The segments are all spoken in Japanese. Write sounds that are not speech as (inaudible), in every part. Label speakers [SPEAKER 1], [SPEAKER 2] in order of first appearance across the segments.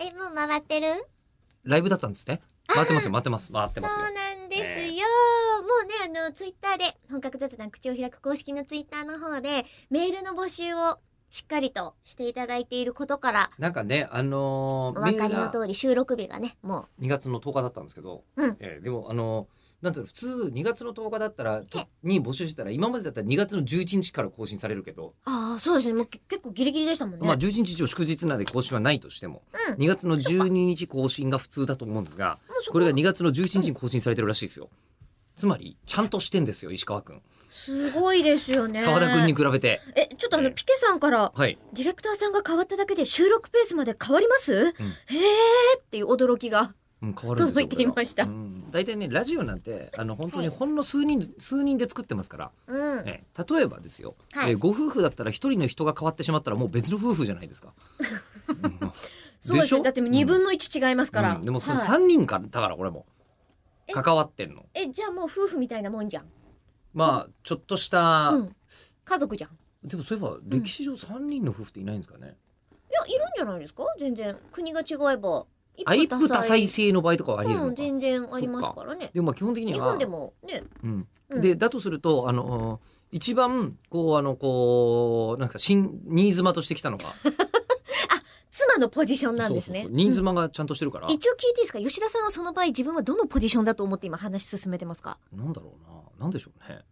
[SPEAKER 1] え、もう回ってる
[SPEAKER 2] ライブだったんですね。回ってますよ、回ってます、回って
[SPEAKER 1] そう
[SPEAKER 2] ますよ。
[SPEAKER 1] なんですよ。もうね、あの、ツイッターで、本格雑談口を開く公式のツイッターの方で、メールの募集をしっかりとしていただいていることから、
[SPEAKER 2] なんかね、あの
[SPEAKER 1] お
[SPEAKER 2] ー、メ
[SPEAKER 1] 分
[SPEAKER 2] ー
[SPEAKER 1] か
[SPEAKER 2] ル
[SPEAKER 1] りの
[SPEAKER 2] が
[SPEAKER 1] 通り収録日がね、も
[SPEAKER 2] 2月の10日だったんですけど、
[SPEAKER 1] うん
[SPEAKER 2] えーでもあのーなんていうの普通2月の10日だったらとに募集してたら今までだったら2月の11日から更新されるけど、
[SPEAKER 1] う。ああ、そうですね。もう結構ギリギリでしたもんね。
[SPEAKER 2] まあ11日以上祝日なんで更新はないとしても、
[SPEAKER 1] うん
[SPEAKER 2] 2月の12日更新が普通だと思うんですが
[SPEAKER 1] (laughs) もうそ
[SPEAKER 2] これが2月の11日に更新されてるらしいですよ。つまりちゃんとしてんですよ石川君
[SPEAKER 1] すごいですよね。
[SPEAKER 2] 澤田君に比べて。
[SPEAKER 1] え、ちょっとあの、
[SPEAKER 2] ええ
[SPEAKER 1] ピケさんから、
[SPEAKER 2] はい、
[SPEAKER 1] ディレクターさんが変わっただけで収録ペースまで変わります、へーっていう驚きが。
[SPEAKER 2] うん、変わるんですよ
[SPEAKER 1] 届いていました
[SPEAKER 2] これがうん大体ねラジオなんてあの本当にほんの数人数人で作ってますから、
[SPEAKER 1] うん。
[SPEAKER 2] ね、例えばですよ、
[SPEAKER 1] はい
[SPEAKER 2] えーご夫婦だったら一人の人が変わってしまったらもう別の夫婦じゃないですか。
[SPEAKER 1] (laughs)
[SPEAKER 2] うん
[SPEAKER 1] そうで
[SPEAKER 2] し
[SPEAKER 1] す
[SPEAKER 2] ょ
[SPEAKER 1] ね。だって2分の1違いますから。
[SPEAKER 2] うんでもその
[SPEAKER 1] はい
[SPEAKER 2] 3人か、だからこれも
[SPEAKER 1] え
[SPEAKER 2] 関わってんの。
[SPEAKER 1] え、じゃあもう夫婦みたいなもんじゃん。
[SPEAKER 2] まあちょっとした、
[SPEAKER 1] うん。家族じゃん。い
[SPEAKER 2] でもそういえば歴史上3人の夫婦っていないんですかね。
[SPEAKER 1] や、いるんじゃないですか全然。国が違えば。
[SPEAKER 2] あ一夫多妻制の場合とかはありえる
[SPEAKER 1] う
[SPEAKER 2] の
[SPEAKER 1] ん、
[SPEAKER 2] か。
[SPEAKER 1] 全然ありますからね。
[SPEAKER 2] でもまあ基本的には
[SPEAKER 1] 日本でもね。
[SPEAKER 2] うん
[SPEAKER 1] うん
[SPEAKER 2] でだとするとあの一番こうあのこうなんか新新妻としてきたのが
[SPEAKER 1] 妻のポジションなんですね。
[SPEAKER 2] そうそうそう新妻がちゃんとしてるから、
[SPEAKER 1] うん一応聞いていいですか吉田さんはその場合自分はどのポジションだと思って今話進めてますか、
[SPEAKER 2] なんだろうななんでしょうね。えー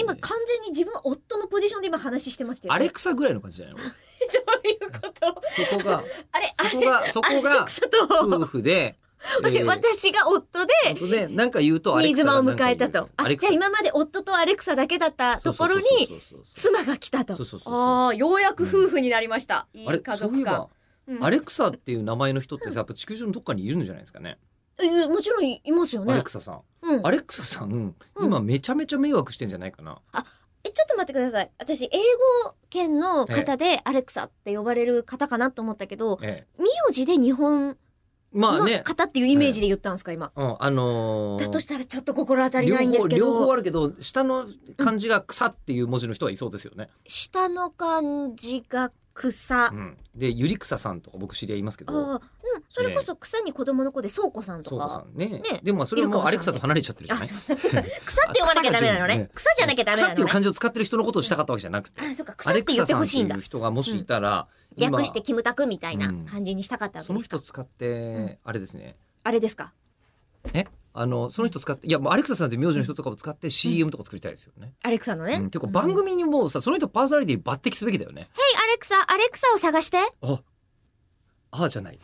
[SPEAKER 1] 今完全に自分は夫のポジションで今話してましたよ、
[SPEAKER 2] ア
[SPEAKER 1] ね。
[SPEAKER 2] レクサぐらいの感じじゃないの
[SPEAKER 1] どういうこと
[SPEAKER 2] そこが、
[SPEAKER 1] (laughs) あれ、あ
[SPEAKER 2] そ
[SPEAKER 1] れ
[SPEAKER 2] こが、そこが、
[SPEAKER 1] 草と、
[SPEAKER 2] 夫婦で、え
[SPEAKER 1] (laughs)
[SPEAKER 2] ー
[SPEAKER 1] 私が夫で、
[SPEAKER 2] 本当ね、なんか言うとアレ
[SPEAKER 1] 新
[SPEAKER 2] クサ
[SPEAKER 1] 妻
[SPEAKER 2] が
[SPEAKER 1] を
[SPEAKER 2] なんか
[SPEAKER 1] 迎
[SPEAKER 2] 言
[SPEAKER 1] え
[SPEAKER 2] う
[SPEAKER 1] たと。
[SPEAKER 2] ア
[SPEAKER 1] あ、
[SPEAKER 2] レク
[SPEAKER 1] じ
[SPEAKER 2] サ
[SPEAKER 1] ゃあ今まで夫とアレクサだけだったところに、
[SPEAKER 2] そうそうそうそうそう
[SPEAKER 1] 妻が来たと。
[SPEAKER 2] そうそうそうそう
[SPEAKER 1] ああ、ようやく夫婦になりました。い
[SPEAKER 2] あれ
[SPEAKER 1] い家
[SPEAKER 2] そうい
[SPEAKER 1] 族
[SPEAKER 2] えば
[SPEAKER 1] か。、うん
[SPEAKER 2] アレクサっていう名前の人ってさ、やっぱ地球上のどっかにいるんじゃないですかね。
[SPEAKER 1] えもちろんいますよ
[SPEAKER 2] アレ
[SPEAKER 1] ね
[SPEAKER 2] ク。サさん。
[SPEAKER 1] うん
[SPEAKER 2] ア。レクサさん、今めちゃめちゃ迷惑してんじゃないかな。
[SPEAKER 1] え、ちょっと待ってください。私、英語圏の方でアレクサって呼ばれる方かなと思ったけど、
[SPEAKER 2] ええ。
[SPEAKER 1] 名字で日本
[SPEAKER 2] まあ
[SPEAKER 1] の
[SPEAKER 2] ね、
[SPEAKER 1] 方っていうイメージで言ったんですか、今。
[SPEAKER 2] うん、あのー
[SPEAKER 1] だとしたらちょっと心当たり
[SPEAKER 2] 両
[SPEAKER 1] ないんです
[SPEAKER 2] 方、
[SPEAKER 1] け
[SPEAKER 2] 両方
[SPEAKER 1] ど、
[SPEAKER 2] あるけど、下の漢字が草っていう文字の人はいそうですよね。
[SPEAKER 1] 下の漢字が草。
[SPEAKER 2] うん。で、ゆりくささんとか僕知り合いますけ
[SPEAKER 1] あ
[SPEAKER 2] ど、
[SPEAKER 1] あ、うん、それこそ草に子供の子で倉庫さんと
[SPEAKER 2] そうかさ
[SPEAKER 1] か。
[SPEAKER 2] んね
[SPEAKER 1] ね
[SPEAKER 2] でもまあそれはもうアレクサと離れちゃってるじゃ
[SPEAKER 1] あ、
[SPEAKER 2] ない
[SPEAKER 1] そう草って呼ばなきゃダメなのね。草じゃなきゃダメ
[SPEAKER 2] 草
[SPEAKER 1] な
[SPEAKER 2] ってい
[SPEAKER 1] の
[SPEAKER 2] う
[SPEAKER 1] ね。
[SPEAKER 2] 漢字を使ってる人のことをしたかったわけじゃなくて、
[SPEAKER 1] あ、そうか、草
[SPEAKER 2] ア
[SPEAKER 1] っ
[SPEAKER 2] レ
[SPEAKER 1] て
[SPEAKER 2] ク
[SPEAKER 1] 言
[SPEAKER 2] サ
[SPEAKER 1] って
[SPEAKER 2] さん
[SPEAKER 1] ほ
[SPEAKER 2] っ
[SPEAKER 1] していん
[SPEAKER 2] い
[SPEAKER 1] だ
[SPEAKER 2] う。人がもしいたら、今
[SPEAKER 1] 略してキムタクみたいな感じにしたかったわけ
[SPEAKER 2] そ
[SPEAKER 1] で
[SPEAKER 2] の
[SPEAKER 1] すか。
[SPEAKER 2] 人使ってあれですね、
[SPEAKER 1] あれですか。
[SPEAKER 2] えあのその人使っていやもうアレクサさんって名字の人とかも使って CM とか作りたいですよね。
[SPEAKER 1] アレクサのね。
[SPEAKER 2] うんていうか
[SPEAKER 1] う
[SPEAKER 2] 番
[SPEAKER 1] ん。
[SPEAKER 2] 組にもうさその人パーソナリティ抜擢すべきだよね。
[SPEAKER 1] ヘイ、アレクサ、アレクサを探して。
[SPEAKER 2] ああじゃない。